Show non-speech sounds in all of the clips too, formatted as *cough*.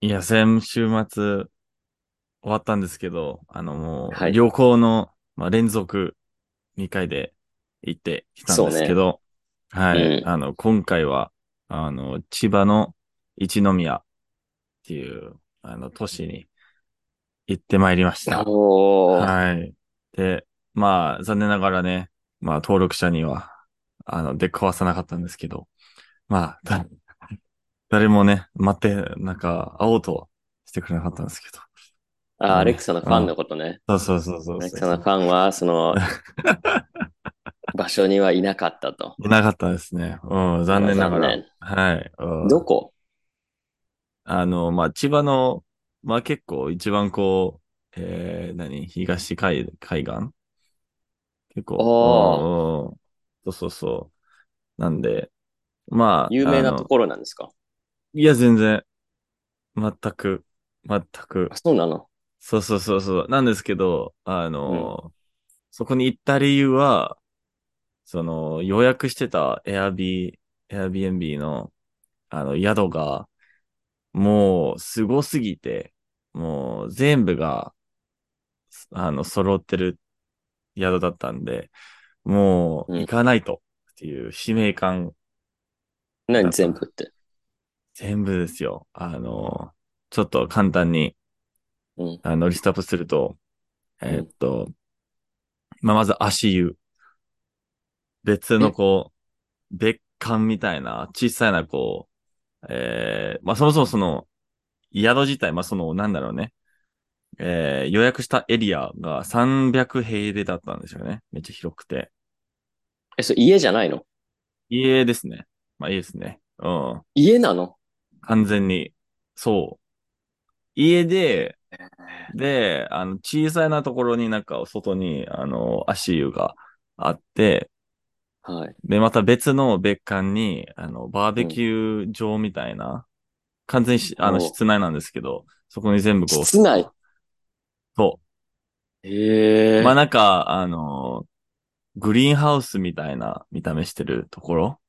いや、先週末終わったんですけど、あのもはう、い旅行の、まあ、連続2回で行ってきたんですけど、はい、うんあの、今回は、あの、千葉の一宮っていう、あの、都市に行ってまいりました。おーはい。で、まあ、残念ながらね、まあ、登録者には、あの、出くわさなかったんですけど、まあ、だ誰もね、待って、なんか、会おうとはしてくれなかったんですけど。あ、アレクサのファンのことね。そうそうそうアそレうそクサうのファンは、その、場所にはいなかったと。いなかったですね。うん、残念ながら残。はい。うんどこあの、まあ、千葉の、まあ、結構一番こう、えー、何東海、海岸結構。あうんそうそうそう。なんで、まあ、有名なあのところなんですかいや、全然。全く、全くあ。そうなのそうそうそうそう。なんですけど、あの、そこに行った理由は、その、予約してた Airb、Airbnb の、あの、宿が、もう、すごすぎて、もう、全部が、あの、揃ってる宿だったんで、もう、うん行かないと、っていう使命感何全部って。全部ですよ。あの、ちょっと簡単に、うんあの、リストアップすると、んえーっと、まあ、まず足湯。別のこう、別館みたいな、小さなこう、えー、まあ、そもそもその、宿自体、まあ、その、なんだろうね。えー、予約したエリアが300平米だったんですよね。めっちゃ広くて。え、それ家じゃないの家ですね。まあ、いいですね。うん。家なの完全に。そう。家で、で、あの、小さいなところになんか外に、あの、足湯があって、はい。で、また別の別館に、あの、バーベキュー場みたいな、完全にしあの、おう室内なんですけど、そこに全部こう。室内そへう。え。まあ、なんか、あの、グリーンハウスみたいな見た目してるところ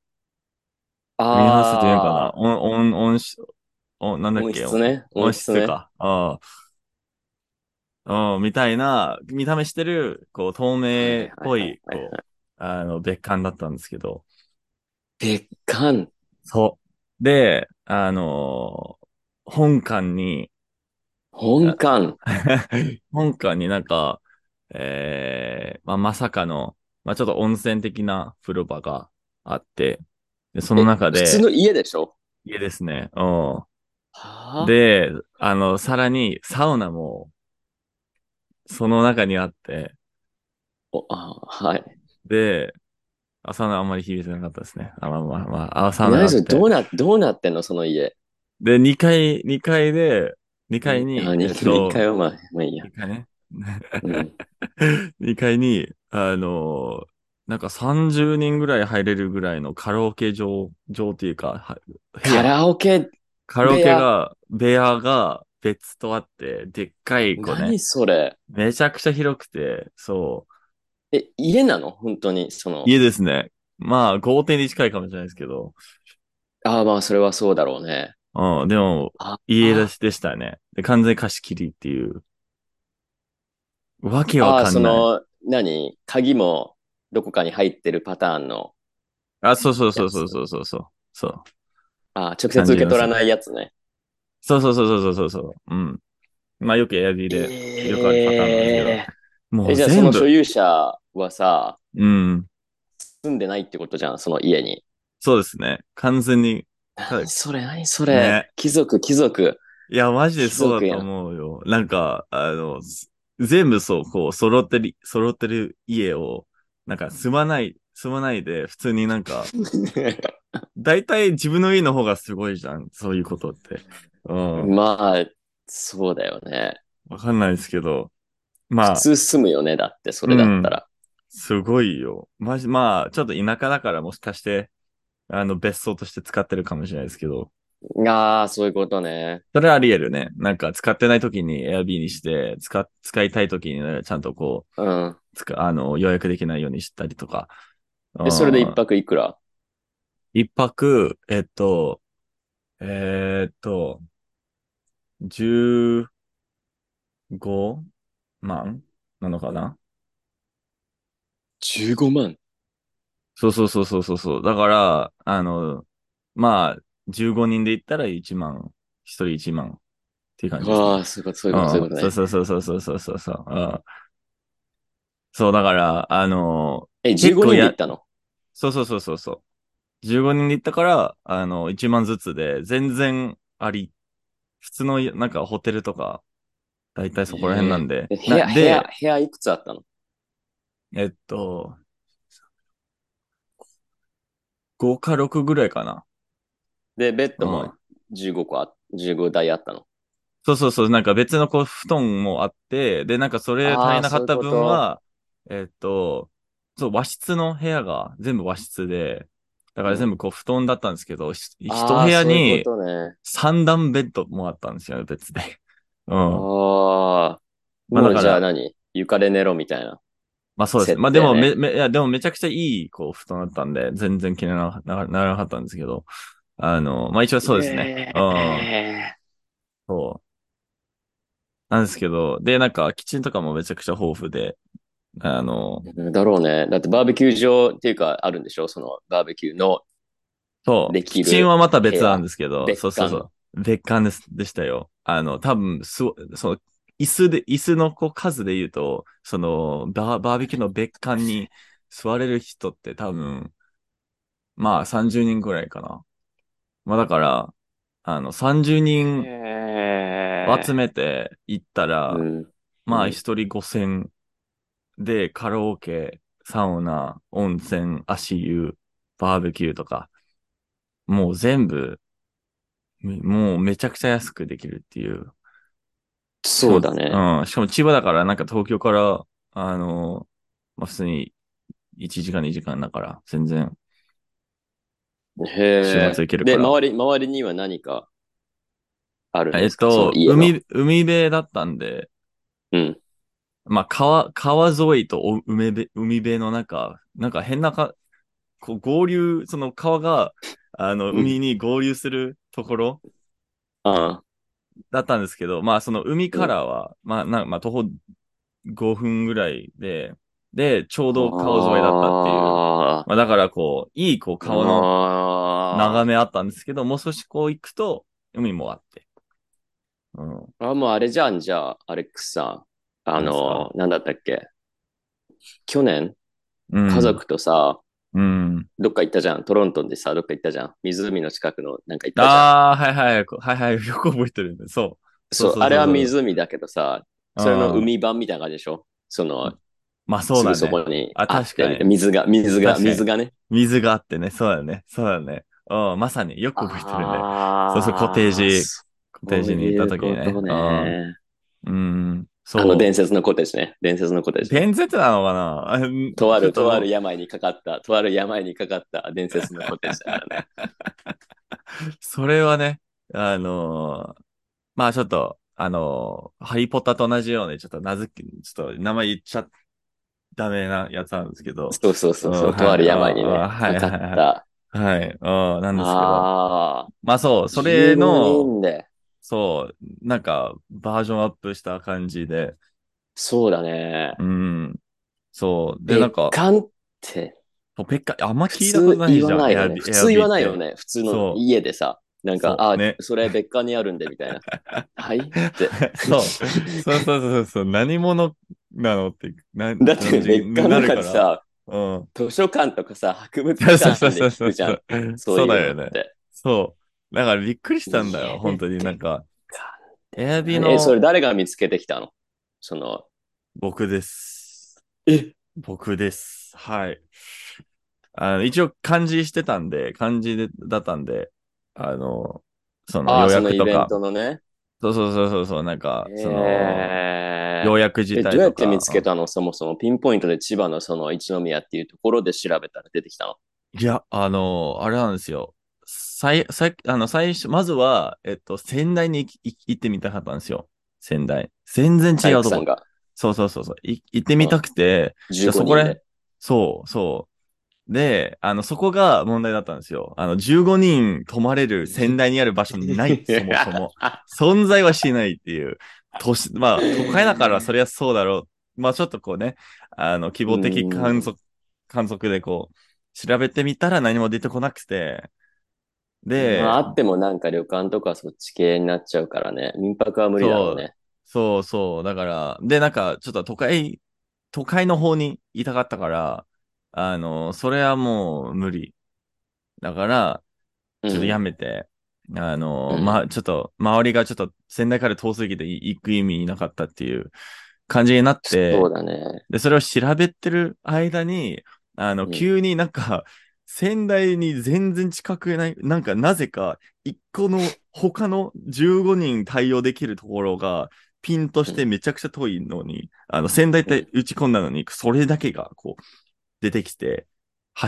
グリーンハウスっていうかあな温、温、温室、温、なんーだっ音け質ね。音音質質ね。か。うん。うん、みたいな、見た目してる、こう、透明っぽい、はいはいはいはいこう、あの、別館だったんですけど。別館。そう。で、あのー本館に、 *laughs* 本館。本館になんか、えー、まあ、まさかの、まあ、ちょっと温泉的な風呂場があって、で、その中で普、通の家でしょ家ですね。うん。はあで、あの、さらにサウナも、その中にあって、おあはい。で、あサウナあんまり響いてなかったですね。あまあまあまあ、あサウナがあ何っそてれどうな、どうなってんのその家。で、2階、二階で、2階に、あ二えっと二階はまあ、まあいいや。二階ね。 *laughs* うん2階に、あの、なんか30人ぐらい入れるぐらいのカラオケ場、場っていうか、は部屋カラオケ、カラオケが、部屋が別とあって、でっかい子ね何。それめちゃくちゃ広くて、そう。え、家なの本当に、その。家ですね。まあ、豪邸に近いかもしれないですけど。ああ、まあ、それはそうだろうね。うん、でもあ、家出しでしたね。で、完全貸し切りっていう。わけあわあ、かそんない。の、何鍵もどこかに入ってるパターンの。あ、そうそうそうそうそうそうそう。そうああ、直接受け取らないやつね。そうそうそうそうそうそう。うん。まあ、よくエアビーで。えよくあるパターンなんでえもえうじゃあ、そ全の所部。有者はさ、うん。住んでないってことじゃん、その家に。そうですね。完全に。はい何それ、何それ、ね貴族、貴族。いや、マジでそうだ貴族やとん思うよ。なんか、あの、す全部そう、こう、揃ってる、揃ってる家を、なんか住まない、住まないで、普通になんか、大体自分の家の方がすごいじゃん。そういうことって。うん。 *laughs* まあ、そうだよね。わかんないですけど。まあ普、通住むよね、だって、それだったら。すごいよ。まじ、まあ、ちょっと田舎だからもしかして、あの、別荘として使ってるかもしれないですけど。ああ、そういうことね。それはあり得るね。なんか、使ってない時に Airb にして、使、使いたい時にね、ちゃんとこうん。う、つか、あの、予約できないようにしたりとか。うで、んそれで一泊いくら一泊、えっと、えーっと、 15万なのかな15万。そうそうそうそうそうそう。だから、あの、まあ、15人で行ったら1万、1人1万っていう感じですね。ああ、そういうこと、そういうこと、そういうことうねん。そうそうそうそうそうそうそう。うんそう、だから、あの、え、15結構人でや行ったのそうそうそうそうそう。15人で行ったから、あの、1万ずつで、全然あり。普通の、なんか、ホテルとか、だいたいそこら辺なんで。え部屋、な部屋で、、部屋いくつあったのえっと、5か6ぐらいかな。で、ベッドうんも15個あ、15台あったの。そうそうそう、なんか別のこう、布団もあって、で、なんかそれあー足りなかったそうい分うことは、えっと、そう、和室の部屋が全部和室で、だから全部こう、布団だったんですけど、ひ一あー部屋そういにうことね。三段ベッドもあったんですよね、別 *laughs* で。うん。あまあ。あもだうからじゃあ何床で寝ろみたいな。まあそうですね。設定ねまあでもめ、め、いや、でもめちゃくちゃいい、こう、布団だったんで、全然気にならなならなかったんですけど、あの、まあ一応そうですね。ねそう。なんですけど、で、なんか、キッチンとかもめちゃくちゃ豊富で、あの、だろうね。だってバーベキュー場っていうかあるんでしょそのバーベキューの。そう、できキるッチンはまた別なんですけ部ど、屋そうそうそう。別館ですでしたよ。あの、多分す、そう、椅子で、椅子のこう数で言うと、その、バーバーベキューの別館に座れる人って多分、まあ30人ぐらいかな。まあだから、あの、30人集めて行ったら、うんまうあ、ん一人五千で、カラオケ、サウナ、温泉、足湯、バーベキューとか、もう全部、みもうめちゃくちゃ安くできるっていう。そうだね。うん。しかも千葉だから、なんか東京から、あの、まあ、普通に1時間2時間だから、全然。へー週末行けるからで、周り、周りには何かあるんえでっすかそとの、家の海、海辺だったんで、うん。まあ、川、川沿いとお海辺、海辺の中、なんか変なか、こう合流、その川が、あの、うん海に合流するところあだったんですけど、まあ、その海からは、まあ、な、まあ、徒歩5分ぐらいで、で、ちょうあ。ど川沿いだったっていう。あまあ、だからこう、いいこうー川のあー眺めあったんですけど、もう少しこう行くと、海もあって。うん。あ、もうあれじゃん、じゃあ、アレックスさん。あ何での、なんだったっけ去年、うん家。族とさ、うん。どっか行ったじゃん。トロントでさ、どっか行ったじゃん。湖の近くのなんか行ったじゃん。ああ、はいはい、こはいはい、よく覚えてるんで、そそそうそうそうう、そうあれは湖だけどさ、う。それのうん海版みたいな感じでしょその、まあそうだすぐそね。こにああっ確かにてみたいな水が、水が、確かに水がね。水があってね。そうだね。そうだね。うん、まさによく覚えてるね。あーそうそうコテージそコうテージに行った時にいうことね。ね。うん。うんそう。あの伝説のコテージね。伝説のコテージ。伝説なのかな *laughs* あうんとあちょっる、とある病にかかった、とある病にかかった伝説のコテージだから *laughs* ね。それはね、あのーまあちょっと、あのーハリーポッターと同じように、ちょっと名付け、ちょっと名前言っちゃダメなやつなんですけど。そうそうそうそうう、んとある病にね、はいかはいはいかった。はい。うん、なんですけど。ああ、まあそう、それの、 15人で。そう、なんか、バージョンアップした感じで、そうだね。うん。そう。で、なんか、缶って、そうペッカ、あんま普聞いたこと通ないじ言ゃん。わないよね。 Airb- 普通言わないよ Airbnb って。ね。普通そうの家でさ、なんそうか、あねそれ別館にあるんで、みた *laughs* いな。はいって。そう。そうそうそうそう。何者なのって、なだって感じ別に館なのるか中でら。さ、うん。図書館とかさ、博物そうそうそ館うでそう聞そくうじゃん。そいううだよのねっ。て。そう。だからびっくりしたんだいよ。や本当になんか、エアビえ、それの誰が見つけてきたのその、僕です。え、僕です。はい。あの一応漢字してたんで、漢字でだったんで、あの、そのああ、予その約イとベンか、トのね。そうそうそうそうそう、なんか、その、えーようやく自体え、とか。どうやって見つけたのそもそもピンポイントで千葉のその一宮っていうところで調べたら出てきたの。いや、あの、あれなんですよ。最、最、あの、最初、まずは、えっと、仙台に行き行行ってみたかったんですよ。仙台。全然 *laughs* 違う体育とさんこ。がそうそうそうそう。い行ってみたくて、じゃあ15そこ人らで。、そう、そう。で、あの、そこが問題だったんですよ。あの、15人泊まれる仙台にある場所 *laughs* ない、そもそも。存在はしないっていう。都市、まあ、都会だからそりゃそうだろう。まあ、ちょっとこうね、あの、希望的観測、観測でこう、調べてみたら何も出てこなくて。で、まあ、あってもなんか旅館とかそっち系になっちゃうからね。民泊は無理だろうね。そうそう。だから、で、なんか、ちょっと都会、都会の方にいたかったから、あの、それはもう無理。だから、ちょっとやめて、あの、うんま、ちょっと、周りがちょっと仙台から遠すぎて行く意味なかったっていう感じになっうて、んそうだね。で、それを調べてる間に、あの、うん急になんか、仙台に全然近くない、なんかなぜか、一個の他の15人対応できるところが、ピンとしてめちゃくちゃ遠いのに、あの、仙台って打ち込んだのに、それだけがこう、出てきて、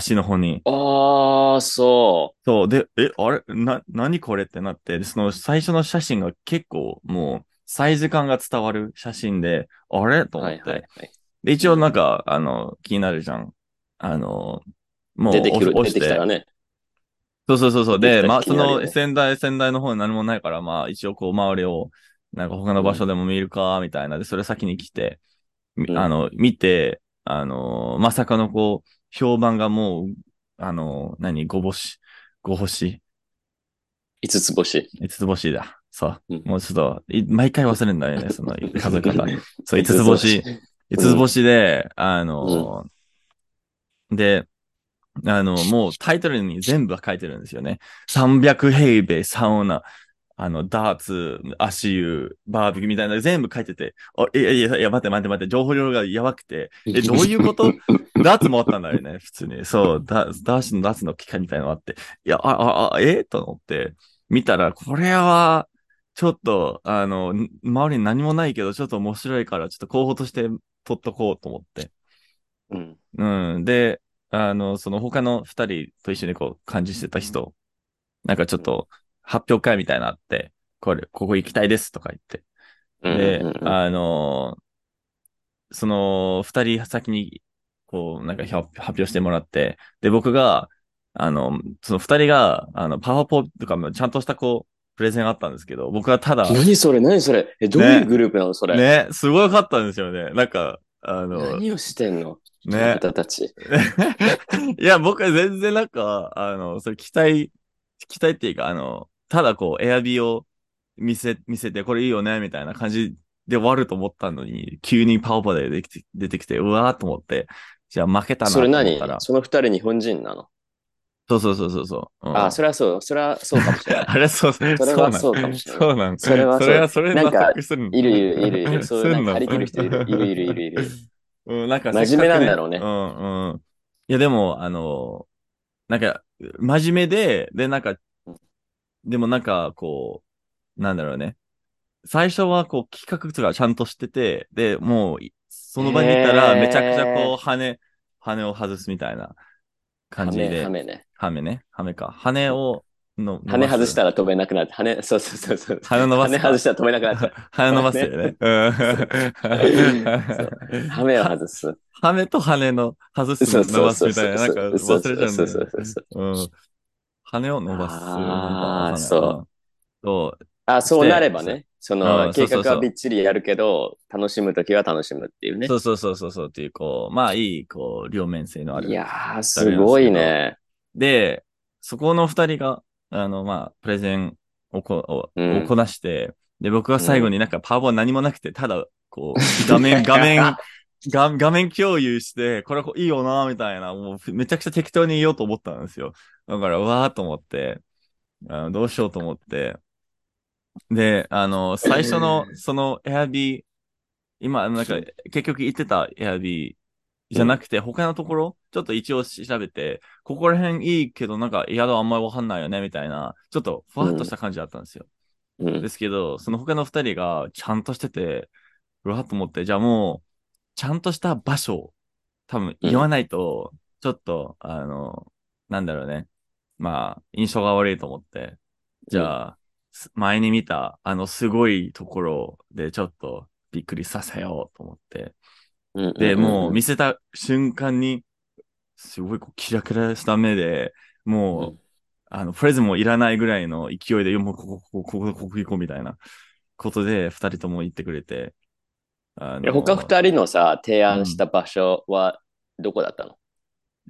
橋の方に。ああ、そそう。で、え、あれな、何これってなって、でその最初の写真が結構もう、サイズ感が伝わる写真で、あれとう。思っはいて。はいはい。で、一応なんか、あの、気になるじゃん。あの、もう出てくる、押出してきたらね。そうそうそうそう。出で、てきたらまあ、気そになるよねの、仙台、仙台の方に何もないから、まあ、一応こう、周りを、なんか他の場所でも見るか、みたいな。で、それ先に来て、みうんあの、見て、あの、まさかのこう、評判がもう、あの、何、五星、五星五つ星。五つ星だ。そううん。もうちょっと、い毎回忘れるんだよね、そ *laughs* の数え方。そう、五五つ星。。五つ星で、あの、で、あの、もうタイトルに全部書いてるんですよね。300平米、サウナ、あの、ダーツ、足湯、バーベキューみたいな、全部書いてて、あいやいやいや、待って待って待って、情報量がやばくて、 *laughs* え、どういうことダーツもあったんだよね、普通に。そう、ダダーシのダーツの機会みたいなのがあって、いや、あ、あ、あ、えと思って、見たら、これは、ちょっと、あの、ん周りに何もないけど、ちょっと面白いから、ちょっと候補として取っとこうと思って。うん。うん。で、あの、その他の二人と一緒にこう、感じしてた人、なんかちょっと、発表会みたいなのあって、これ、ここ行きたいですとか言って。うんでうん、うんあのーその、二人先に、こう、なんかひょ発表してもらって、で、僕が、あの、その二人が、あの、パワポとかもちゃんとした、こう、プレゼンあったんですけど、僕はただ、何それ何それえ、どういうグループなのそれ。ね、すごかったんですよね。なんか、あの、何をしてんのあねな。たたち。 *laughs* いや、僕は全然なんか、あの、それ期待、期待っていうか、あの、ただこう、エアビーを見せ、見せて、これいいよね、みたいな感じで終わると思ったのに、急にパオパで出てきて、出てきて、うわーと思って、じゃあ負けたなとそれ思っ何たら。その二人日本人なのそうそうそうそうそう。うんあ、それはそう。それはそうかもしれな *laughs* い。あれ、そう、そそれはそうかもしれないそうなんそれはそうそれは、それなんか納得するのいるいるいるい *laughs* る。そういうなんか張り切る人いる。いるいるいるいる。うん、なんか真面目なんだろうねせっかくうんうん。いや、でも、あの、なんか、真面目で、で、なんか、でもなんか、こう、なんだろうね。最初は、こう、企画とかちゃんとしてて、で、もうい、その場にいたら、へーめちゃくちゃ、こう、羽、羽を外すみたいな羽感じで。羽目ね。羽ね。羽か。羽をの、羽外したら。ら飛べなくなって。羽、そうそうそうそう。羽伸ばす羽か。外したら飛べなくなっちゃ *laughs* 羽伸ばすよね。そううんう。羽目を外す。羽と羽の外すそのう伸そうばすそうみたいそな、う。なんかそう忘れちゃうんそだうそようね。そうそう。うん。羽を伸ばす。あーなんかそううん。そう。あ、そうなればね。そうんの、計そうそ画うそはうびっちりやるけど、楽しむときは楽しむっていうねそ。うそうそうそうそうっていう、こう、まあいい、こう、両面性のある。いやー、すごいね。で、そこの二人が、あの、まあ、プレゼンをこ、をうんをこなして、で、僕は最後になんかパワーボー何もなくて、ただ、こう、画 *laughs* 面、画面、画画面共有して、これこういいよな、みたいな、もうめちゃくちゃ適当に言おうと思ったんですよ。だから、うわーと思って、あのどうしようと思って。で、あの、最初の、その、エアビー、今、なんか、結局行ってたエアビーじゃなくて、他のところ、ちょっと一応調べて、ここら辺いいけど、なんか宿あんまりわかんないよね、みたいな、ちょっとふわっとした感じだったんですよ。うんですけど、その他の二人がちゃんとしてて、うわっと思って、じゃあもう、ちゃんとした場所を多分言わないと、ちょっと、あの、なんだろうね。まあ、印象が悪いと思って、じゃあ、す前に見た、あの、すごいところでちょっとびっくりさせようと思って、で、もう見せた瞬間に、すごいこうキラキラした目で、もう、うんあの、フレーズもいらないぐらいの勢いで、いやもうここ、ここ、ここ、ここ行こうみたいなことで、二人とも行ってくれて。あえ他人二人のさ、提案した場所はどこだったの、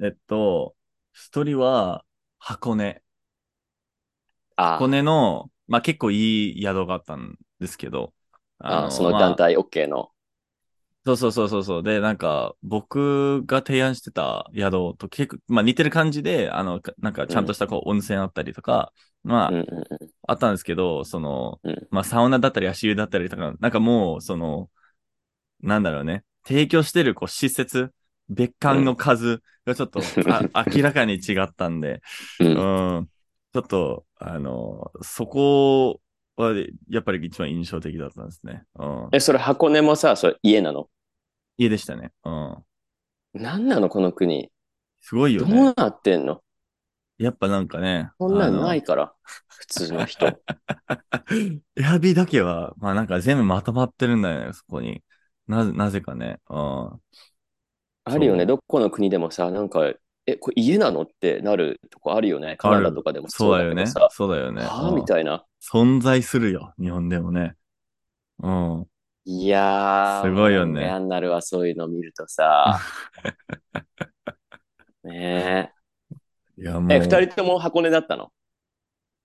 えっと、一人は箱根。あ箱根の、まあ結構いい宿があったんですけど。あのそのまあ団体 OK の。そうそうそうそうそう。で、なんか、僕が提案してた宿と結構、まあ似てる感じで、あの、かなんかちゃんとしたこう温泉あったりとか、まあうん、うんうんあったんですけど、そのうん、まあサウナだったり足湯だったりとか、なんかもう、その、なんだろうね、提供してるこう施設、別館の数がちょっと、あ明らかに違ったんで、ううんん、ちょっと、あの、そこはやっぱり一番印象的だったんですね。うん、え、それ箱根もさ、それ家なの家でしたね。うん、なんなのこの国。すごいよどね。うなってんのやっぱなんかね、こんなあんのないから、普通 *laughs* の人。エアビーだけは、まあなんか全部まとまってるんだよね、そこに。な、なぜかね。うん。あるよそね、うどこの国でもさ、なんか、え、これ家なのってなるとこあるよね。カナダとかでもそうだけよどねさ。。そうだよね。はあうんみたいな。存在するよ、日本でもね。うん。いやー、すごいよねもう嫌になるわ、そういうの見る *laughs* とさ。ねいや、もう。え。え、二人とも箱根だったの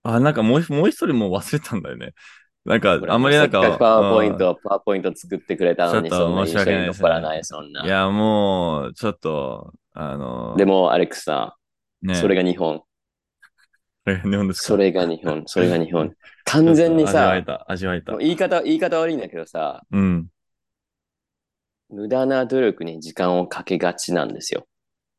あ、なんかもう一、もう一人もう忘れたんだよね。なんか、あんまりなんか。せっかくパワーポインうんト、パワーポイント作ってくれたのに、ちょっとそんな申し印象訳にないで残すねらない、そんいな。や、もう、ちょっと、あの、でも、アレックスさね、ん、それが、が日本。日本ですかそれが日本、それが日本。完全に味わさえ、た、味わえたもう。言い方、言い方悪いんだけどさ、うん。無駄な努力に時間をかけがちなんですよ。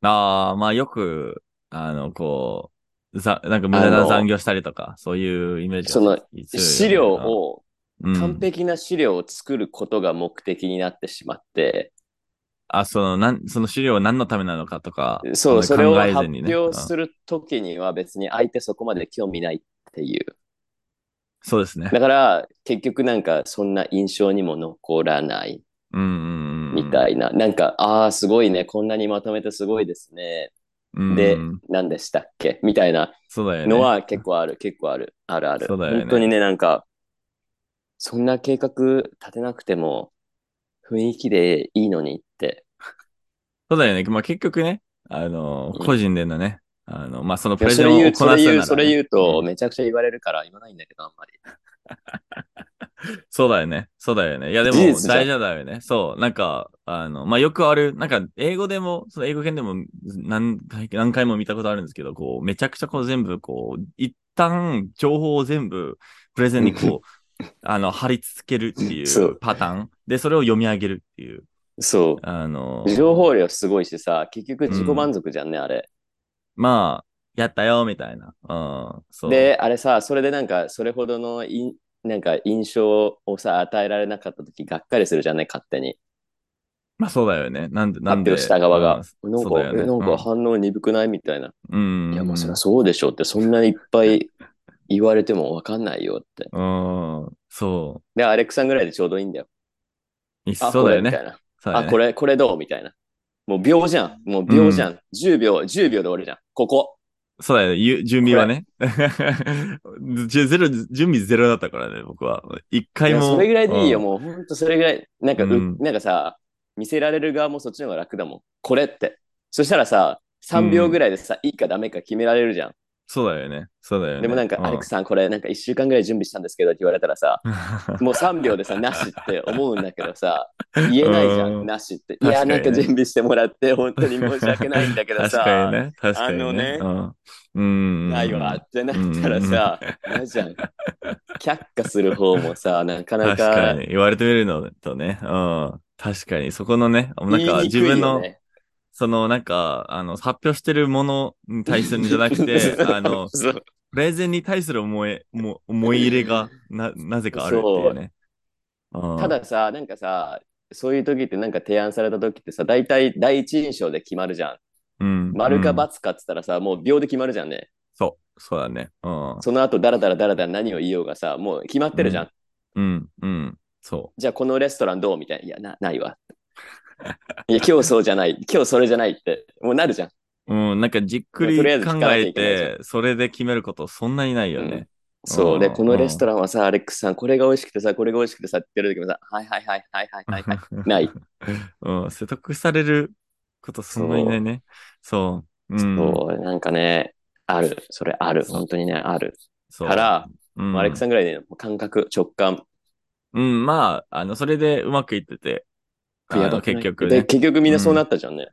ああ、まあよく、あの、こう、ざ、なんか無駄な残業したりとか、そういうイメージがそ強いのよね資料、を、うん完璧な資料を作ることが目的になってしまって、あ、その、なん、その資料は何のためなのかとか、そう、それを考え発ずにね表うんするときには別に相手そこまで興味ないっていう。そうですね。 *laughs* だから、結局なんかそんな印象にも残らないうんうんうん。みたいな。なんか、ああ、すごいね。こんなにまとめてすごいですね。うんで、何でしたっけみたいなそうだよね。のは結構ある、結構ある、あるある。そうだよね本当にね、なんか、そんな計画立てなくても、雰囲気でいいのにって。そうだよね。まあ結局ね、あの、うん個人でのね、あの、まあそのいプやレそゼンれを言行う、そなれすなら言ねう、それ言うと、うんめちゃくちゃ言われるから言わないんだけど、あんまり。そうだよね。そうだよね。いや、でも事実じゃん大事だよね。そう。なんか、あの、まあ、よくある、なんか、英語でも、その英語圏でも何回、何回も見たことあるんですけど、こう、めちゃくちゃこう全部、こう、一旦情報を全部、プレゼンにこ *laughs* う、あの、貼り付けるっていそううパターン。で、それを読み上げるっていう。そあのう。、情報量すごいしさ、結局自己満足じゃんね、あれ。まあ、やったよ、みたいな。うん、そう。で、あれさ、それでなんか、それほどのい、なんか印象をさ、与えられなかった時、がっかりするじゃんね、勝手に。まあ、そうだよね。なんで、な発んで。表した側が。うんなんそかう、だよね。えなんうかん反応鈍くないみたいな。うん。いや、もうそりゃそうでしょって、そんなにいっぱ *laughs* い言われてもわかんないよって。うん、そで、アレックさんぐらいでちょうどいいんだよ。う。いっあ、そうだよこれみね。たいな。そうだよあ、ねこれ、これどうみたいな。もう秒じゃん。もう秒じゃん。10秒、10秒で終わるじゃん。ここ。そうだよね。ゆ準備はね。じゅ *laughs* ゼロ、準備ゼロだったからね、僕は。一い回やも。それぐらいでいいよ、うんもうほんとそれぐらい。なんか、ううんなんかさ、見せられる側もそっちの方が楽だもん。これって。そしたらさ、3秒ぐらいでさ、いいかダメか決められるじゃん。そうだよね。そうだよね。でもなんか、うアレックさん、これなんか1週間ぐらい準備したんですけどって言われたらさ、もう3秒でさ、なしって思うんだけどさ、言えないじ *laughs* ゃうんん、なしって。い確かや、にねなんか準備してもらって、本当に申し訳ないんだけど *laughs* 確かにさ、ね。確かにね。あのねうん。うん。ないわってなったらさ、嫌じゃん。却下する方もさ、なかな確かかに。言われてみるのとね。うん。確かに。そこのね、なん言いかにく自い分よの、ね。、そのなんか、あの、発表してるものに対するんじゃなくてあの、 *laughs* そうプレゼンに対する思い、も思い入れがな、なぜかあるっていうね。うんたださ、なんかさ、そういう時ってなんか提案された時ってさ、大体第一印象で決まるじゃん。うん。丸かうん×かっつったらさ、もう秒で決まるじゃんね。そう、そうだね。うん。その後、だらだらだらだら何を言おうがさ、もう決まってるじゃん。うんうん、うん。そじゃあこのレストランどうみたいな。いや、な、ないわ。いや、今日そうじゃない。今日それじゃないって。もうなるじゃん。うん、なんかじっくりまあとりあえず聞考かなきゃえいけないじゃんて、それで決めることそんなにないよね。そううんで、このレストランはさ、アレックスさん、これが美味しくてさ、これが美味しくてさって言ってる時もさ、はいはいはいはいはいはい、はい、ない。 *laughs* うん、説得されることそんなにないね。そう。うん、そう、なんかね、ある。それある。そう本当にね、ある。そうから、うん、アレックスさんぐらいで、もう感覚、直感。うん、まあ、あの、それでうまくいってて、あやのばくない結局で、ね。結局みんなそうなったじゃんね。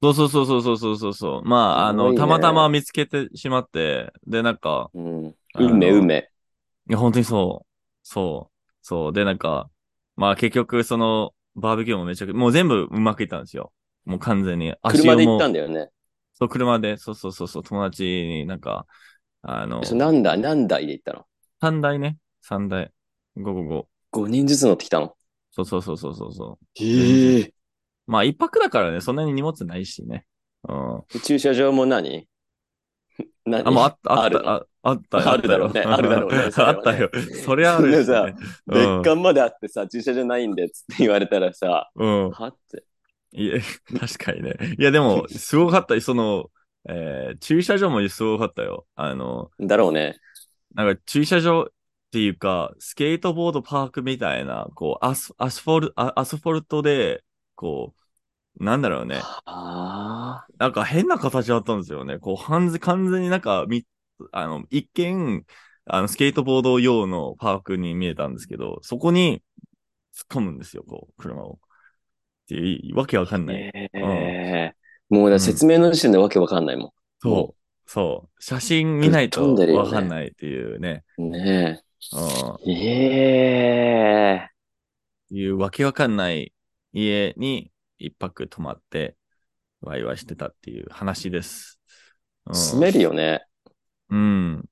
そうそうそうそうそうそうそうそう。まあ、あすごいの、ねたまたま見つけてしまって、で、なんか、うん。あの運命、運命。いや、本当にそう。そう。そう。で、なんか、まあ結局、その、バーベキューもめちゃくもう全部うまくいったんですよ。もう完全に。車で行っただんだよね。そう、車で、そうそうそうそう、友達になんか、あの、そうなんだ、何台で行ったの三台ね。三台。午後後。 ?5 人ずつ乗ってきたの。そうそうそうそうそうそへへえ。う。まあ一泊だからね、そんなに荷物ないしね。うん。駐車場も何 *laughs* 何あ、もうあった、あっるた、のああったよ。あるだろうねあったよあるだろうねそれは *laughs* あねったよ。そりゃあるでしょね別館まであってさ、駐車場ないんでっつって言われたらさ、うん。うん。はって。いえ、確かにね。いや、でも、すごかった。その、えー駐車場もすごかったよ。あの、だろうね。なんか駐車場っていうか、スケートボードパークみたいな、こう、アス、アスフォル、あアスフォルトで、こう、なんだろうね。ああ。なんか変な形だったんですよね。こう、完全完全になんか、み、あの、一見、あの、スケートボード用のパークに見えたんですけど、そこに突っ込むんですよ、こう、車を。っていう、わけわかんない。ええもうだ説明の時点でわけわかんないももそう。そう。写真見ないぶっ飛とんでるよねわかんないっていうね。ん。ねうん。え。ええいうわけわかんない家に一泊泊まって、ワイワイしてたっていう話です。うん。住めるよね、うん。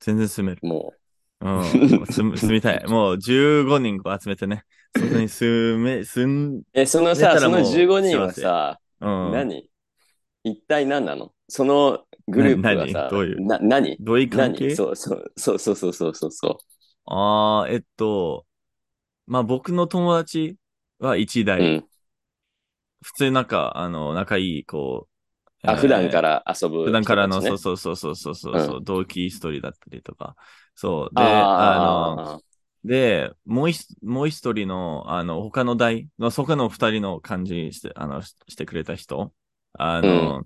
全然住める。もうん。 *laughs* 住む住みたい。もう15人こう集めてね。そこに住め、住ん、う。え、その出さ、たらそのもう15人は幸せさ、うん。何一体何なのそのグループはな何、さどういうな何どういう関係何そうそうそうそうそうそうそうそう。ああ、えっと、まあ僕の友達は1台。うん。普通になんか、あの、仲いい、こう。あ、普段らから遊ぶ人たちね。普段からの、そうそうそうそうそうそうそう、同期一人だったりとか。そう。で、あの、あで、もう一、もう一人の、あの、他の代、まあ他の二人の感じして、あの、ししてくれた人。あの、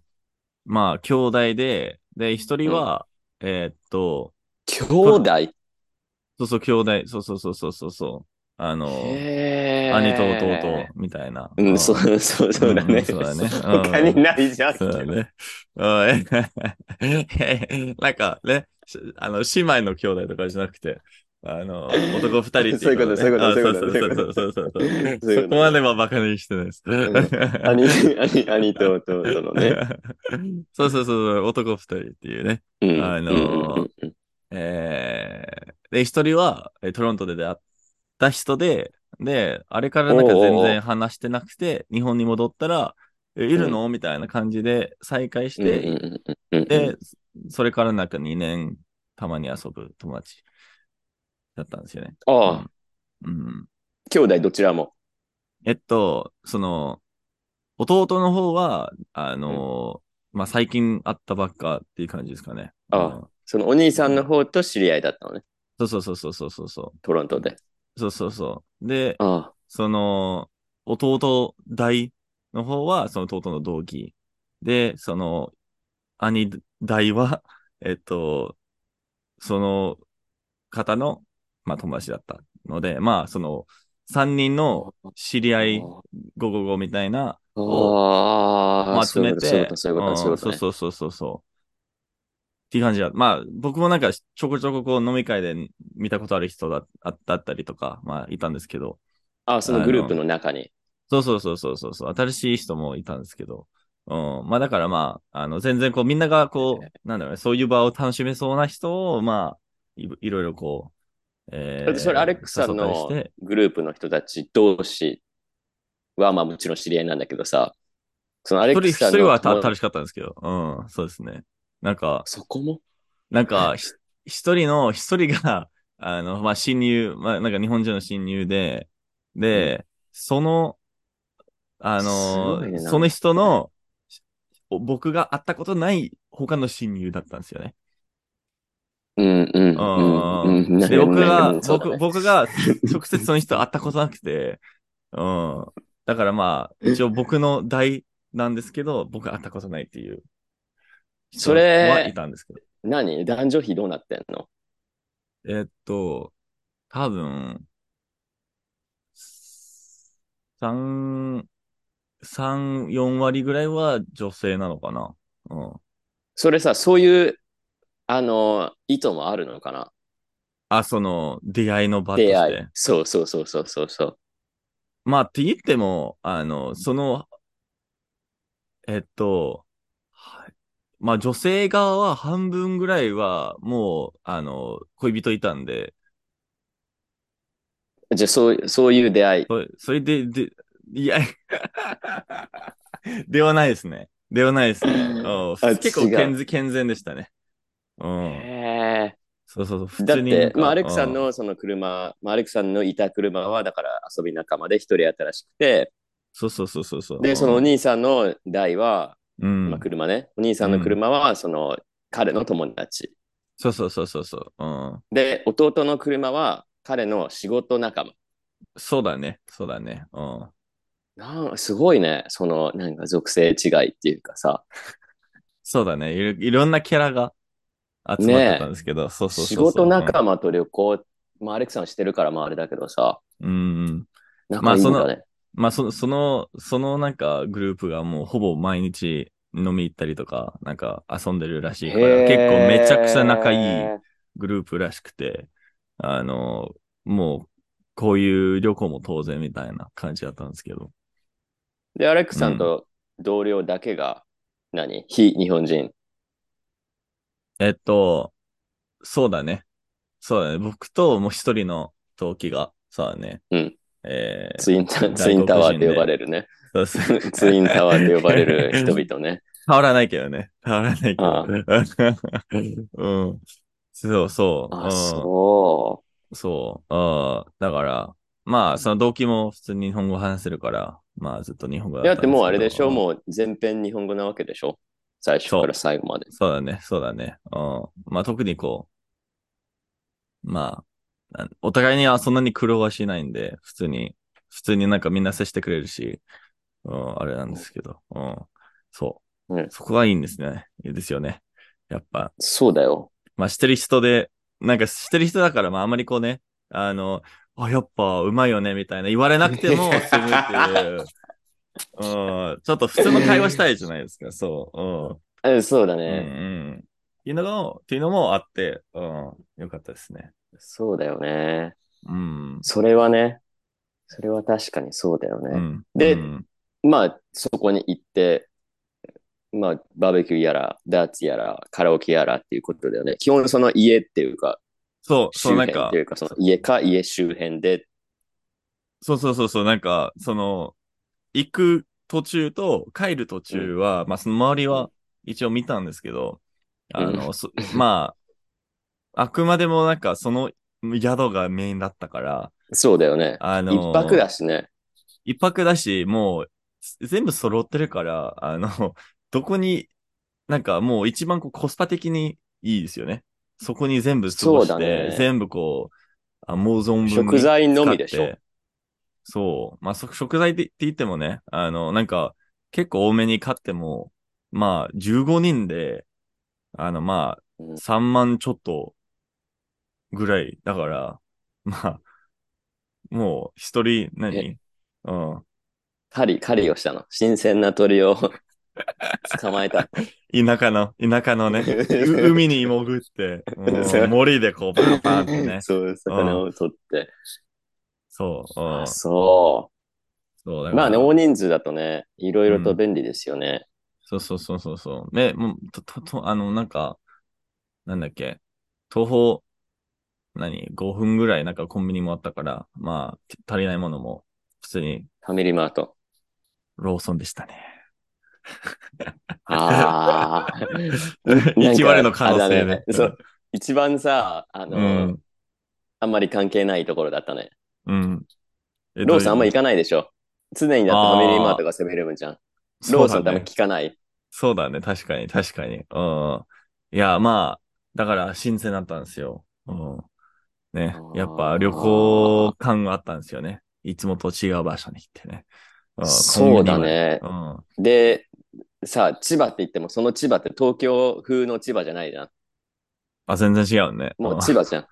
まあ、兄弟で、で、一人は、えーっと、の、兄弟そうそう、兄弟、そうそうそうそうそうそう、あの、へー兄と弟みたいな。うん、んそう、そう、そうだうね。んそうだねうん他にないじゃん。そうだね。うん *laughs* なんかね、しあの、姉妹の兄弟とかじゃなくて、あの、男二人っていうことね、 *laughs* そういうことそういうことあそういそううことそうそうそうそうそうそういうことそこまではバカにしてないです。ん兄、兄、兄と弟のね。 *laughs* そうそうそうそう、男二人っていうね。うん。あのーうんうんうんえー、で、一人はえートロントで出会った人で、で、あれからなんか全おうおうおう然話してなくて、日本に戻ったら、えいるの、みたいな感じで再会しうんうて、んうんうんで、それからなんか2年たまに遊ぶ友達だったんですよね。ああ、うん。兄弟どちらも。えっと、その、弟の方は、あのまあ、最近会ったばっかっていう感じですかね。ああうんそのお兄さんの方と知り合いだったのね。そうそうそうそうそうそトロントで。う。そうそうそう。で、あその、弟大の方は、その弟の同期。で、その、兄大は、 *laughs* えっと、その方の、まあ、友達だったので、まあ、その、三人の知りあ。合い、ごごごみたいな、まああ、あ集めて、そういうこと、そういうこと、そういううんことそうね。そうそうそうそう。っていう感じだ。まあ、僕もなんか、ちょこちょここう飲み会で見たことある人だあだったりとか、まあ、いたんですけど、ああ、そのグループの中に。そうそうそうそうそうそう。新しい人もいたんですけど。うん。まあだからまあ、あの、全然こうみんながこう、なんだろうね、そういう場を楽しめそうな人を、まあ、いいろいろこう、えだってそれ、アレックスさん誘のったりしてグループの人たち同士は、まあもちろん知り合いなんだけどさ、そのアレッ一ク人、スさ一んの人は友た達楽しかったんですけど。うん、そうですね。なんか、そこもなんか、ひ一人の、一人が、あの、まあ、親友、まあ、なんか日本人の親友で、で、その、あすごの、いねなんかその人の、僕が会ったことない他の親友だったんですよね。うんうんううんうんん。で、僕が、うんそうだ僕ね僕が直接その人会ったことなくて、うん。だからまあ、一応僕の代なんですけど、僕会ったことないっていう。それはいたんですけど。何男女比どうなってんのえっと、多分、三、三、四割ぐらいは女性なのかな。うん。それさ、そういう、あの、意図もあるのかなあ、その、出会いの場とし出会いて。。そうそうそうそうそうそう。まあ、って言っても、あの、その、えっと、はいまあ、女性側は半分ぐらいは、もう、あの、恋人いたんで、じゃあそう、そういう出会い。それそれで、で、いや、 *laughs* ではないですね。ではないですね。うんあ結違構う健全健全でしたね。うん。へそうそうそう。普ーだっ通になんて、かまあ、アレクさんうのその車、まあ、アレクさんのいた車は、だから遊び仲間で一人新しくて、そうそうそうそうそう。で、そのおに、兄さんの代は、うんまあ、。車ね、お兄さんの車は、その、彼の友達。そうそうそうそうそう。うん。で、弟の車は、彼の仕事仲間。そうだね。そうだね。うん。なんすごいね、その、なんか属性違いっていうかさ、そうだね。いろいろんなキャラが集まってたんですけど、そうそうそうそう。仕事仲間と旅行、まあ、アレクさんしてるから、まあ、あれだけどさ、うん。うんうん。仲いいんだね。まあ、その、その、そのなんかグループがもうほぼ毎日飲み行ったりとか、なんか遊んでるらしいから、へー結構めちゃくちゃ仲いいグループらしくて、あの、もう、こういう旅行も当然みたいな感じだったんですけど。で、アレックさんと同僚だけが、何非日本人。えっと、そうだね。そうだね。僕ともう一人の同期が、そうだね。うん。えー、ツインタ外国人でツインタワーって呼ばれる *laughs* ね。そうそうツインタワーって呼ばれる *laughs* 人々ね。変わらないけどね。変わらないけあど。 *laughs* うん。そうそう。うあ、んそそう。ああだから、まあ、その動機も普通に日本語話せるから、まあずっと日本語う。だいやだってもうあれでしょ、う。もう全編日本語なわけでしょ最初から最後まで。そうだね、そうだね。うん。まあ特にこう、まあ、なんお互いにはそんなに苦労はしないんで、普通に、普通になんかみんな接してくれるし、うん、あれなんですけど、うん。そう。うんそこがいいんですね。いいですよね。やっぱ。そうだよ。まあ、してる人で、なんかしてる人だから、まあ、あんまりこうね、あの、あ、やっぱ、うまいよね、みたいな言われなくて *laughs* も、するっていう。うん、ちょっと普通の会話したいじゃないですか、そえそうだう。うん。うん、ね、うん。っていうのが、っていうのもあって、うん、よかったですね。そうだよね。うん。それはね。それは確かにそうだようね。ん。でうんまあ、そこに行って、まあ、バーベキューやら、ダーツやら、カラオケやらっていうことだよね。基本その家っていうか、そう、周そう、なん辺かとい、うか、その家か家周辺で。そうそうそうそう、なんか、その、行く途中と帰る途中は、まあその周りは一応見たんですけど、あの、そ *laughs* まあ、あくまでもなんかその宿がメインだったから、そうだよね。あの、一泊だしね。一泊だし、もう全部揃ってるから、あの、 *laughs* どこに、なんかもう一番こうコスパ的にいいですよね。そこに全部過ごしそうだて、ね全部こう、あもう存分に食材のみでし使っょて。そう。まあ、そ食材でって言ってもね、あの、なんか、結構多めに買っても、まあ、15人で、あの、まあ、うん3万ちょっとぐらい。だから、まあ、もう、一人何、うん。狩り、狩りをしたの。新鮮な鳥を *laughs* 捕まえた。。田舎の、田舎のね、う海に潜って、うん森でこう、バンバンってね *laughs* そう、魚を取って。そう。うんあ、そそうだかう。らまあね、大人数だとね、いろいろと便利ですよね。そうそうそうそうそう。ね、もう、と、と、と、あの、なんか、なんだっけ、徒歩、何 ?5 分ぐらいなんかコンビニもあったから、まあ、て足りないものも、普通にファミリーマート。ローソンでしたね。あ *laughs* あ。 *laughs* なんか1割の可能あ性れだねね。そう。一番さ、あうの、ん。あんまり関係ないところだったね。うん。えローソンあんまり行かないでしょ。常にだってファミリーマートがセブンイレブンじゃん。ローソン多分ね聞かない。そうだね。確かに、確かに。うん。いや、まあ、だから、新鮮だったんですよ。うん。ねあ。ーやっぱ、旅行感があったんですよね。いつもと違う場所に行ってね。んそうだ。ねコ。ンビニまでで、さあ、千葉って言っても、その千葉って東京風の千葉じゃないじゃん。うん。あ、全然違うね。もう葉千葉じゃん。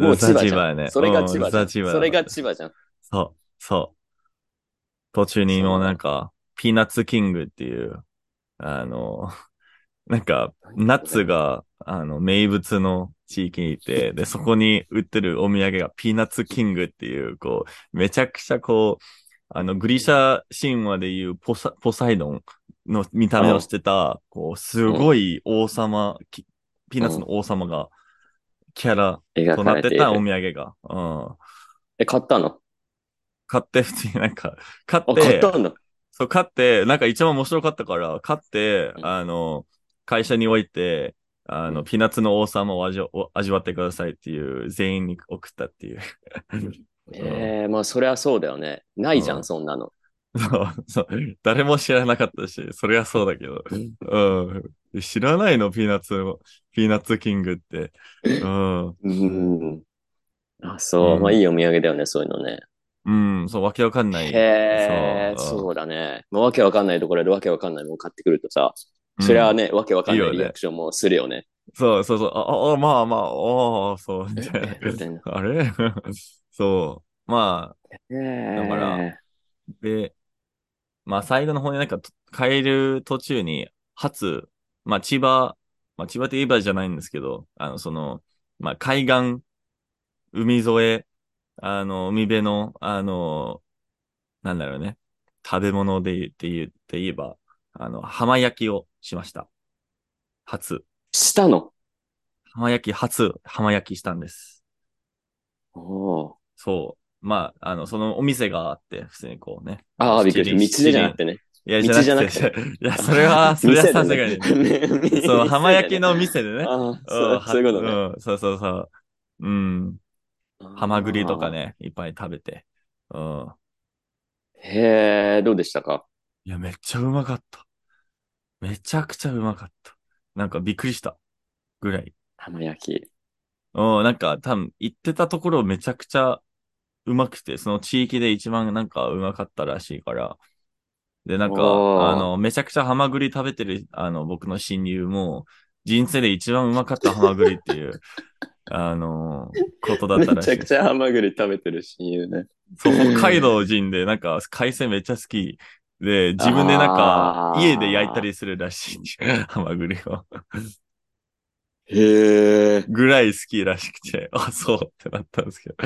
もう千葉じゃん。ね。それがうん千葉じゃん。ザ千葉だそれが千葉じゃん。そう、そう。途中にもうなんか、ピーナッツキングっていう、あの、 *laughs* なんか、ナッツが、あの、名物の地域にい *laughs* て、で、そこに売ってるお土産がピーナッツキングっていう、こう、めちゃくちゃこう、あの、グリシャ神話でいうポサポサイドンの見た目をしてた、こう、すごい王様、きピーナッツの王様が、キャラ描となかっれていてるたお土産が、うん。え、買ったの買って、普通になんか、買あ、っ買てっ、たんだ。そう、買って、なんか一番面白かったから、買って、うんあの、会社に置いて、あの、うんピーナッツの王様を味わお味わってくださいっていう、全員に送ったっていう。 *laughs* ええまあ、そりゃそうだよね。ないじゃうんん、そんなの。そう、そう、誰も知らなかったし、それはそうだけど。うん。知らないの、ピーナッツの、ピーナッツキングって。うん。うん。あ、そうう。んまあ、いいお土産だよね、そういうのね。うん、そう、わけわかんない。へえ、そうそうだね。もうわけわかんないところでわけわかんないもの買ってくるとさ、うんそりゃね、わけわかんないいいよねリアクションもするよね。そうそうそう。あ、あ、あまあまあ、おーそう。みたいえ *laughs* みたいななあれ *laughs* そう。まあ、だから、で、まあ最後の方になんかと帰る途中に、初、まあ千葉、まあ千葉といえばじゃないんですけど、あの、その、まあ海岸、海沿え、あの、海辺の、あの、なんだろうね、食べ物で言って言うって言えば、あの、浜焼きをしました。初。したの。浜焼き、初、浜焼きしたんです。おーそう。まあ、あの、そのお店があって、普通にこうね。ああ、びっくりした。道でじゃなくてね。いや、道じゃなくじゃなて。 *laughs* いや、それは、 *laughs* それはさすがに。にそう、浜焼きの。店でね。店だうんね *laughs* あーそうそういうことね。んそうそうそう。うん。ハマグリとかね、いっぱい食べて。うん。あー。へえ、どうでしたかいや、めっちゃうまかった。めちゃくちゃうまかった。なんかびっくりした。ぐらい。浜焼き。うん、なんか多分行ってたところめちゃくちゃうまくて、その地域で一番なんかうまかったらしいから。で、なんか、おーあの、めちゃくちゃハマグリ食べてる、あの、僕の親友も、人生で一番うまかったハマグリって *laughs* いう、あの、ことだっためらしちゃいく。ちゃハマグリ食べてる親友ね。そう、北海道人で、なんか、海鮮めっちゃ好き。で、自分でなんか、あー家で焼いたりするらしい。ハマグリを。へえ。ぐらい好きらしくて、 *laughs* あ、そうってなったんですけど。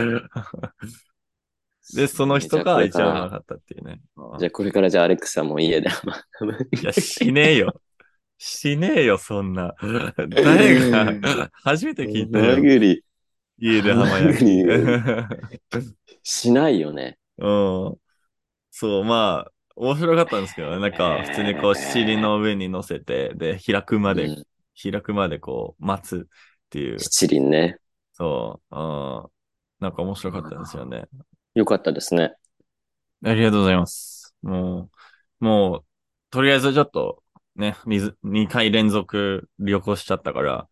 で、その *laughs* 人が一番うまかったっていうね。じゃあこれからじゃあアレクサも家で浜いや、死ねえ *laughs* よ。死ねえよ、そんな。誰が、初めて聞いたハマよ。グリ家で浜焼き。ハしないよね。うん。そう、まあ、面白かったんですけどね。なんか、普通にこう、尻の上に乗せて、で、開くまうで、ん開くまでこう、待つっていう、七輪ね。そう、うん。なんか面白かったんですよね。よかったですね。ありがとうございます。もう、もう、とりあえずちょっと、ね、水、2回連続旅行しちゃったから、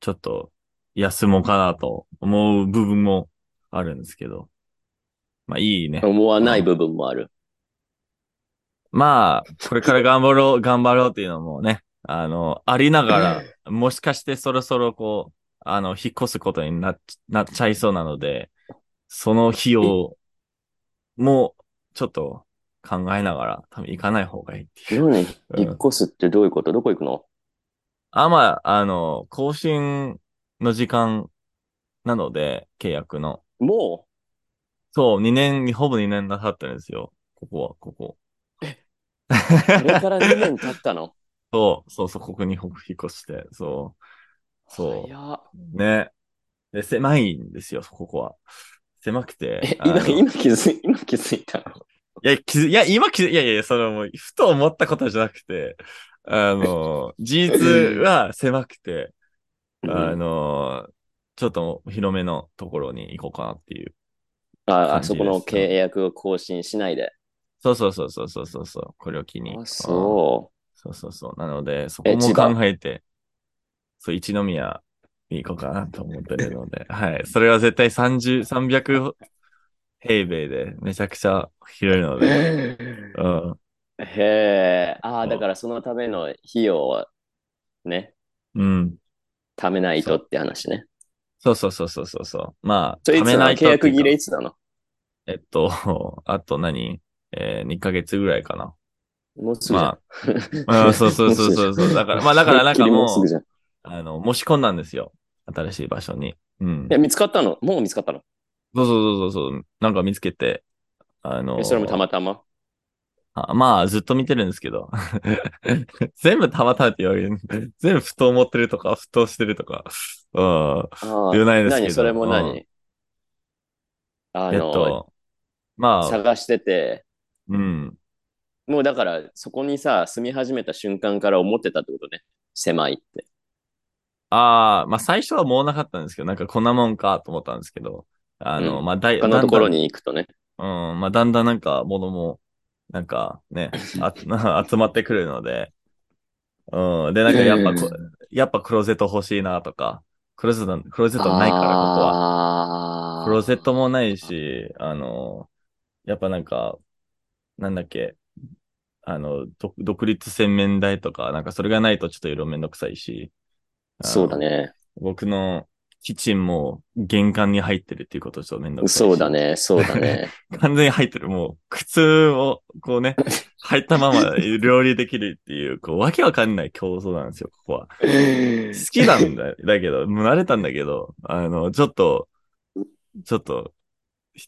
ちょっと休もうかなと思う部分もあるんですけど。まあいいね。思わない部分もある。まあ、これから頑張ろう、 *laughs* 頑張ろうっていうのもね、あの、ありながら、もしかしてそろそろこう、あの、引っ越すことになっなっちゃいそうなので、その費用もちょっと考えながら、多分行かない方がいいっていう。何うん引っ越すってどういうことどこ行くのあ、まあ、あの、更新の時間なので、契約の。もそう、2年、ほぼ2年なさってるんですよ。ここは、ここ。う、あれから2年経ったのそう、そうそう、ここにほぼ引っ越して、そう。 *laughs* そう。早っね。で、狭いんですよ、ここは。狭くえて。あ今、の今気づい、 *laughs* 今気づいたのいや、気づいや、今気づいやいや、それはもう、ふと思ったことじゃなくて、あの、事実は狭くて、あの、ちょっと広めのところに行こうかなっていう。あ感あ、じそこのですね契約を更新しないで。そうそうそうそうそうそうそう、これを機に。あ、そう。そうそうそう。なので、そこえも千葉考えて、そう、一宮に行こうかなと思ってるの *laughs* で、はい。それは絶対30、300平米でめちゃくちゃ広いので、うん。へえ、あそあ、うだからそのための費用をね、うん。貯めないとって話ね。そうそうそうそうそうそう。まあ、それいつ貯めなのないと契って約いうか切れいつなのえっと、 *laughs* あと何えー、2ヶ月ぐらいかな。もうすぐじゃんま。あ、うんそうそうそう *laughs* そうそう。だから、まあだからなんかうすもぐう、じゃん。いあの、申し込んだんですよ。新しい場所に。うん。や、見つかったのもう見つかったのそうそうそうそう。なんか見つけて、あのえ、それもたまたま。あまあ、ずっと見てるんですけど。 *laughs* 全部たまたまって言われる。全部ふと思ってるとか、ふとしてるとか。うああ言えないですけど何それもう何あん。えっの、と、まあ、探してて、うん。もうだからそこにさ、住み始めた瞬間から思ってたってことね。狭いって。ああ、まあ最初はもうなかったんですけど、なんかこんなもんかと思ったんですけど、あの、うんまあだい、だ他んだのんところに行くとね。うん、まあ、だんだんなんか、物も、なんかね、あ *laughs* 集まってくるので、うん、で、なんかやっぱこ、やっぱクローゼット欲しいなとか、クローゼット、クローゼットないから、ここは。ああ。クローゼットもないし、あの、やっぱなんか、なんだっけ、あの、ど独立洗面台とか、なんかそれがないとちょっと色めんどくさいし、あのそうだ。ね。僕のキッチンも玄関に入ってるっていうことちょっとめんどくさいし。そうだね、そうだ *laughs* ね。完全に入ってる。もう、靴を、こう *laughs* ね、入ったまま料理できるっていう、こう、わけわかんない競争なんですよ、ここは。好好きなんだ、だけど、もう慣れたんだけど、あの、ちょっと、ちょっと、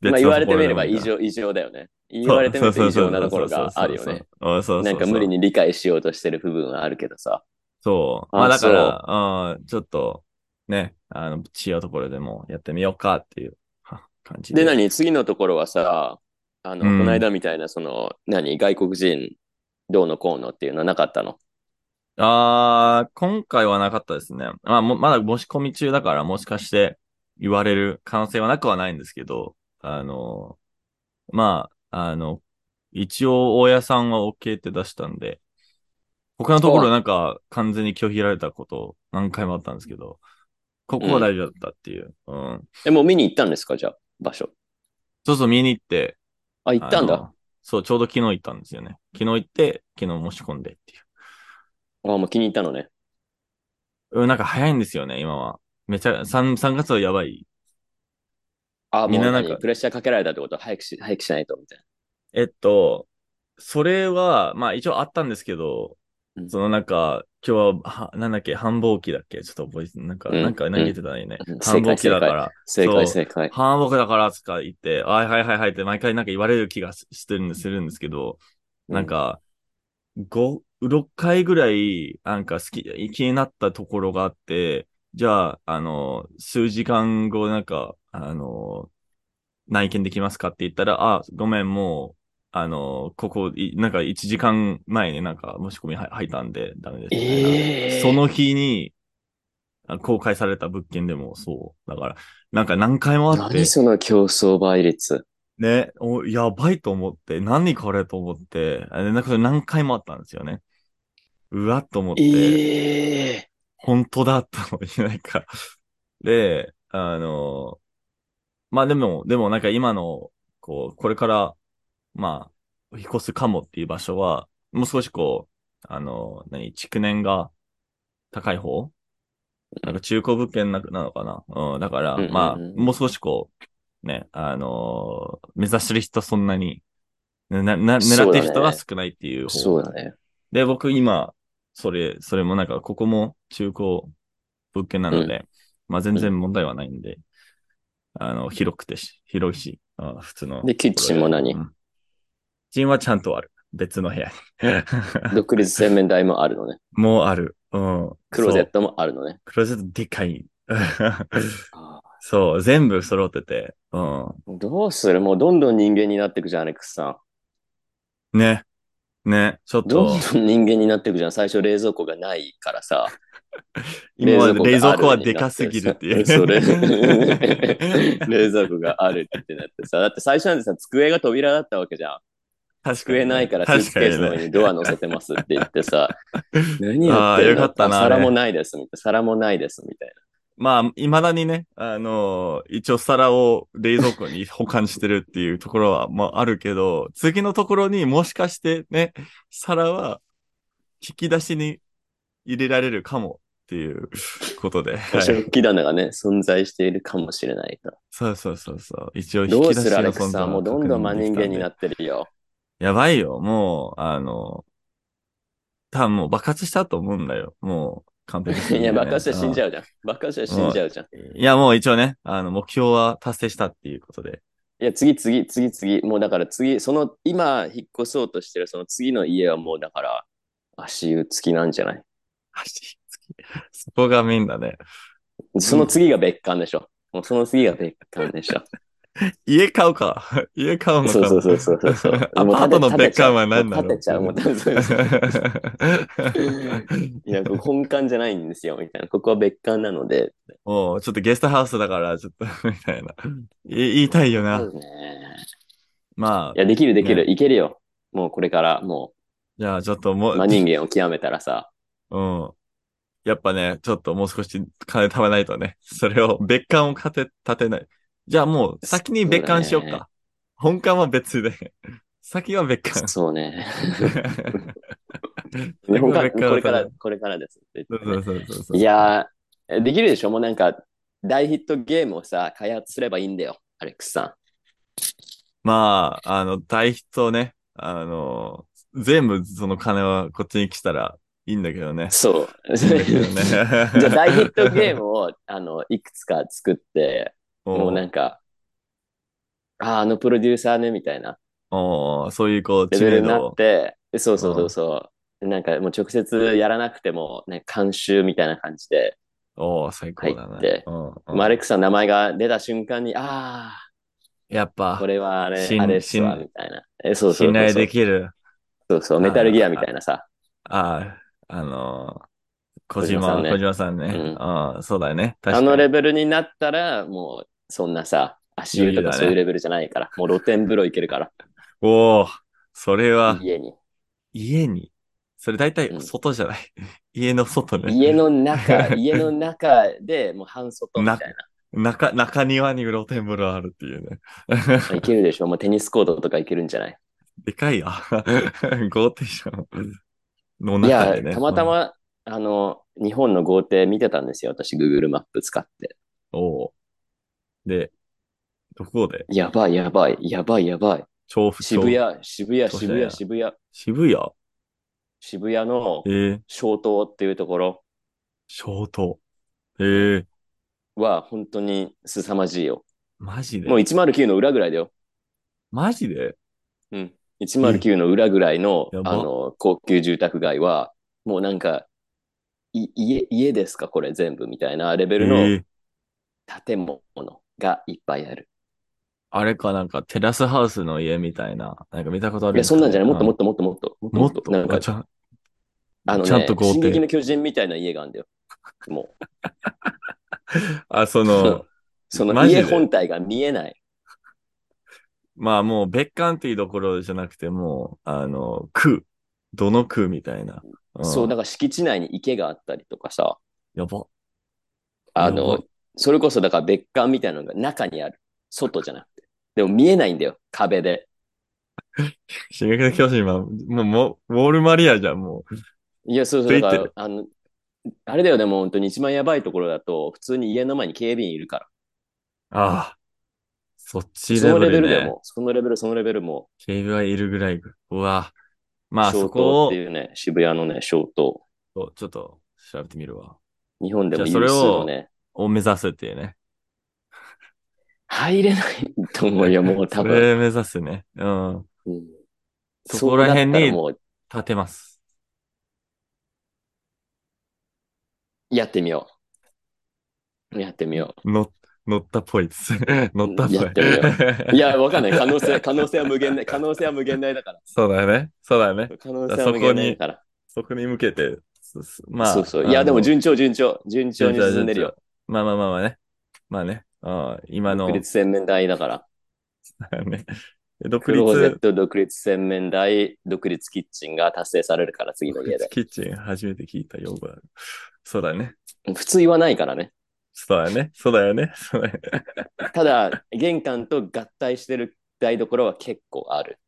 まあ言われてみれば異常。常異常だよね。言そうわれてみると異そうそうそう常なところがあるよね。。そうそうそうそうなんか無理。に理解しようとしてる部分はあるけどさ。そう。あまあだから、うん、ちょっと、ね、あの、違うところでもやってみようかっていうは感じで、何次のところはさ、あの、うんこの間みたいな、その、何外国人どうのこうのっていうのはなかったのああ、今回はなかったですね。まあ、も、まだ申し込み中だから、もしかして言われる可能性はなくはないんですけど、あの、まあ、あの、一応、大家さんは OK って出したんで、他のところなんか完全に拒否られたこと何回もあったんですけど、ここは大丈夫だったっていう。うん。え、もう見に行ったんですかじゃあ、場所。そうそう、見に行って、あ、行ったんあだ。の。そう、ちょうど昨日行ったんですよね。昨日行って、昨日申し込んでっていう。あ、もう気に入ったのね。うん、なんか早いんですよね、今は。めちゃ、3、3月はやばい。あ、みもんうななんか何プレッシャーかけられたってこと早くし、 *laughs* 早くしないと、みたいえっと、それは、まあ一応あったんですけどう、んそのなんか、今日は、はなんだっけ、繁忙期だっけちょっと覚えて、なんか、うんなんか何言ってたらいいねうん。繁忙期だから、な。正解、そう正解。繁忙期だからとか言って、あはいはいはいはいって毎回なんか言われる気がししてるんですするんですけど、なんか、5、6回ぐらい、なんか好き、気になったところがあって、じゃあ、あの、数時間後、なんか、あの、内見できますかって言ったら、あ、ごめん、もう、あの、ここ、いなんか1時間前になんか申し込みは入ったんで、ダメですみたいな。ええその日に、あ公開された物件でもそう。だから、なんか何回もあって何、その競争倍率。ね、お、やばいと思って、何これと思って、あでなんかそれ何回もあったんですよね。うわっと思って、ええ本当だと思いなんか。で、あの、まあでも、でもなんか今の、こう、これから、まあ、引っ越すかもっていう場所は、もう少しこう、あの、何、築年が高い方なんか中古物件ななのかなうん、だから、うんうんうんまあ、もう少しこう、ね、あの目指してる人そんなに、な、な、狙ってる人が少ないっていう方そうだね。で、僕今、それ、それもなんか、ここも中古物件なので、まあ全然問題はないんで、あの、広くてし、広いし、あ普通の。で、キッチンも何うんキッチンはちゃんとある。別の部屋 *laughs* に。独立洗面台もあ *laughs* るのね。もうある。うん。クローゼそッう。トもあるのね。クローゼットでかい。 *laughs* あそう、全部揃ってて。うん。ーどうするもうどんどん人間になってくじゃん、アレックスさん。ね。ね。ちょっどんと、どん人間になってくじゃん。最初冷蔵庫がないからさ。今まで冷蔵庫はがあるでになかってすぎるっていう。そ *laughs* れ。冷蔵庫があるってなってさ。だって最初なんてさ、机が扉だったわけじゃん。確か *laughs* 食にね。えないからスー確ツかケーにスの上ね。にドア乗せてますって言ってさ、何あやっあてよるかったなあれ皿もないです、みたいな。皿もないです、みたいまあ、未だにね、あのー一応皿を冷蔵庫に保管してるっていうところは、まああるけど、次のところにもしかしてね、皿は引き出しに入れられるかもっていうことで。はな。い、食器棚がね、存在しているかもしれないと。そうそうそうそう。一応引き出しどのうするアレ存クサ在はもうどんどん真人間になって。ってるよ。やばいよ、もう、あのー多分もう爆発したと思うんだよ。もう完璧するん *laughs* いだや、よね、爆発して死んじゃゃうじゃん。爆発して死んじゃうじゃん。うん。いや、もう一応ね、あの、目標は達成したっていうことで。いや、次、次、次、次。もうだから次、その、今、引っ越そうとしてるその次の家はもうだから、足湯付きなんじゃない足つき。そこがメインだね。その次が別館でしょ。もうその次が別館で *laughs* しょ。家買うか。 *laughs* 家買うのか。。そうそうそうそうそうそうアパートの別館は何なのもう建てちゃう、もう建てちゃう。もう建てちゃ *laughs* ういや、ここ本館じゃないんですよ、みたいな。ここは別館なので。 *laughs* もう、ちょっとゲストハウスだから、ちょっと、みたいな。い言いたいよそな。うねまいあ、や、できるできる、ねいけるよ。もうこれから、もじゃあちょっともう、う、真人間を極めた *laughs* らさ。うん。やっぱね、ちょっともう少し金貯めないとね、それを別館を建て、建てない。じゃあもう、先に別館しよっそうだか。本館は別で。 *laughs* 先は別 *laughs* 館。そうね。先は本館別館これからそ、これからですって言うってねそうそうそうそう。いやー、できるでしょもうなんか、大ヒットゲームをさ、開発すればいいんだよ、アレックスさん。まあ、あの、大ヒットをね、あの、全部その金はこっちに来たらいいんだけどね。そう。いいんだけどね *laughs* じゃあ大ヒットゲ *laughs* ームを、あの、いくつか作って、もうなんか、あー、あのプロデューサーね、みたいなおーそういうこう、レ知ベル名にな度っを。て、そうそうそうそう。なんかもう直接やらなくても、ね、監修みたいな感じで、おー最高だ入っねて。うんうんマレックさん名前が出た瞬間に、あやっあ、ぱこ、れはあれ、信あれっすわ、信みたいな。えそうそうそうそう信頼できる、そうそう、メタルギアみたいなさ。あーあのー、小小島さ島、んね小島さんね。うんあーそうだよね。確かあに。のレベルになったら、もう、そんなさ、足湯と余裕だかねそういうレベルじゃないから、もう露天風呂行けるから、おーそれは、家に。家に。それ大う体、ん外じゃない。 *laughs* 家の外ね。家の *laughs* 中、家の中でもう半外みたい中、中庭に露天風呂あるっていうね。な。行けるでしょもうテニスコートとか行けるんじゃないでかいや。 *laughs* 豪邸じゃん。のいや中で、ね。たまたま、あの、日本の豪邸見てたんですよ。私、Google マップ使って。うん。おうで、どこでやばい、やばい、やばい、やばい。調布渋。調布谷、渋谷、そう渋だよ谷、渋谷、渋谷渋谷のええ小島っていうところ小島。ええは本当に凄まじいよ。マジでもう109の裏ぐらいだよ。マジでうん、109の裏ぐらいのやばあの高級住宅街は、もうなんか、い家家ですか、これ全部みたいなレベえルのえ建物がいっぱいある。あれかなんかテラスハウスの家みたいな。なんか見たことあるいや、そんなんじゃない、もっともっと。ともっともっと。もっと、なんかあ、ちゃんあの、ね、ちゃんと豪進撃邸。の巨人みたいな家があるんだよ。もう、 *laughs* あ、その、そのマジで家本体が見えない。まあもう別館っていうところじゃなくて、もう、あの、区。どの区みたいな。んそう、だから敷地内に池があったりとかさ、やば。あやのば、それこそだから別館みたいなのが中にある。外じゃなくて。でも見えないんだよ、壁で。進撃の巨人は、もう、もう、ウォールマリアじゃん、もう。いや、そうそう、ついてだから、あの、あれだよね、もう本当に一番やばいところだと、普通に家の前に警備員いるから。ああ。そっちそレのベレベルルね。でも、そのレベル、そのレベルも、警備はいるぐらい。うわ。まあ、小そ島こっをて、いうね、渋谷のね、小島。そうちょっと調べてみるわ。日本でもじゃあ有数のそね、を目指すっていうね。入れないと思うよ、もう多 *laughs* そ分。れ目指すね。うん。うんそこら辺にそうなったもう立てます。やってみよう。やってみよの、乗ったっぽいです。 *laughs* 乗ったっぽやってみよう。い。いや、わかんない。可能性、可能性は無限大。可能性は無限大だから。 *laughs* そうだよね。そうだよね。可能性は無限大だから。そこに向けて、すすまあ。そうそう。いや、あのでも順調、順調。順調に進んでるよ。。まあまあまあまあね。まあね。ああ今の独、立洗面台だから。 *laughs* ねで独クローゼッ立、ト、独立洗面台、独立キッチンが達成されるから、次の独家立で。キッチン初めて聞いた用語だ。そうだね。普通言わないからね。そうだよね。そうだよね。 *laughs* そうだよね。ただ、玄関と合体してる台所は結構ある。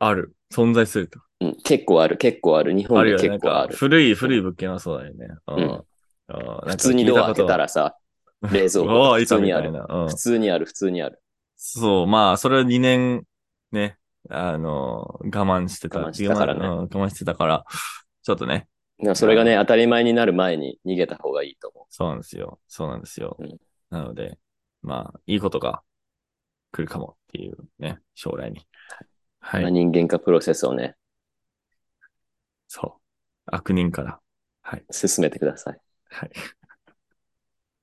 ある。存在すると。うん、結構ある、結構ある。日あ本るでよね。な結ん構あかる。古い、古い物件はそうだよね。うんうんあーなんか普通にドア開けたらさ、冷蔵庫とかああ、普いた通みにあたいる。な。うん普。通にある、普通にある。そう、まあ、それは2年、ね、あの、我慢してた。我慢してたからね我慢うん我慢してたから、ちょっとね、でもそれがね、当たり前になる前に逃げた方がいいと思そうなんですよ。そうなんですよ。うんなので、まあ、いいことが来るかもっていうね、将来に。う。はい。人間化プロセスをね、そう。悪人から。進めてください。はい。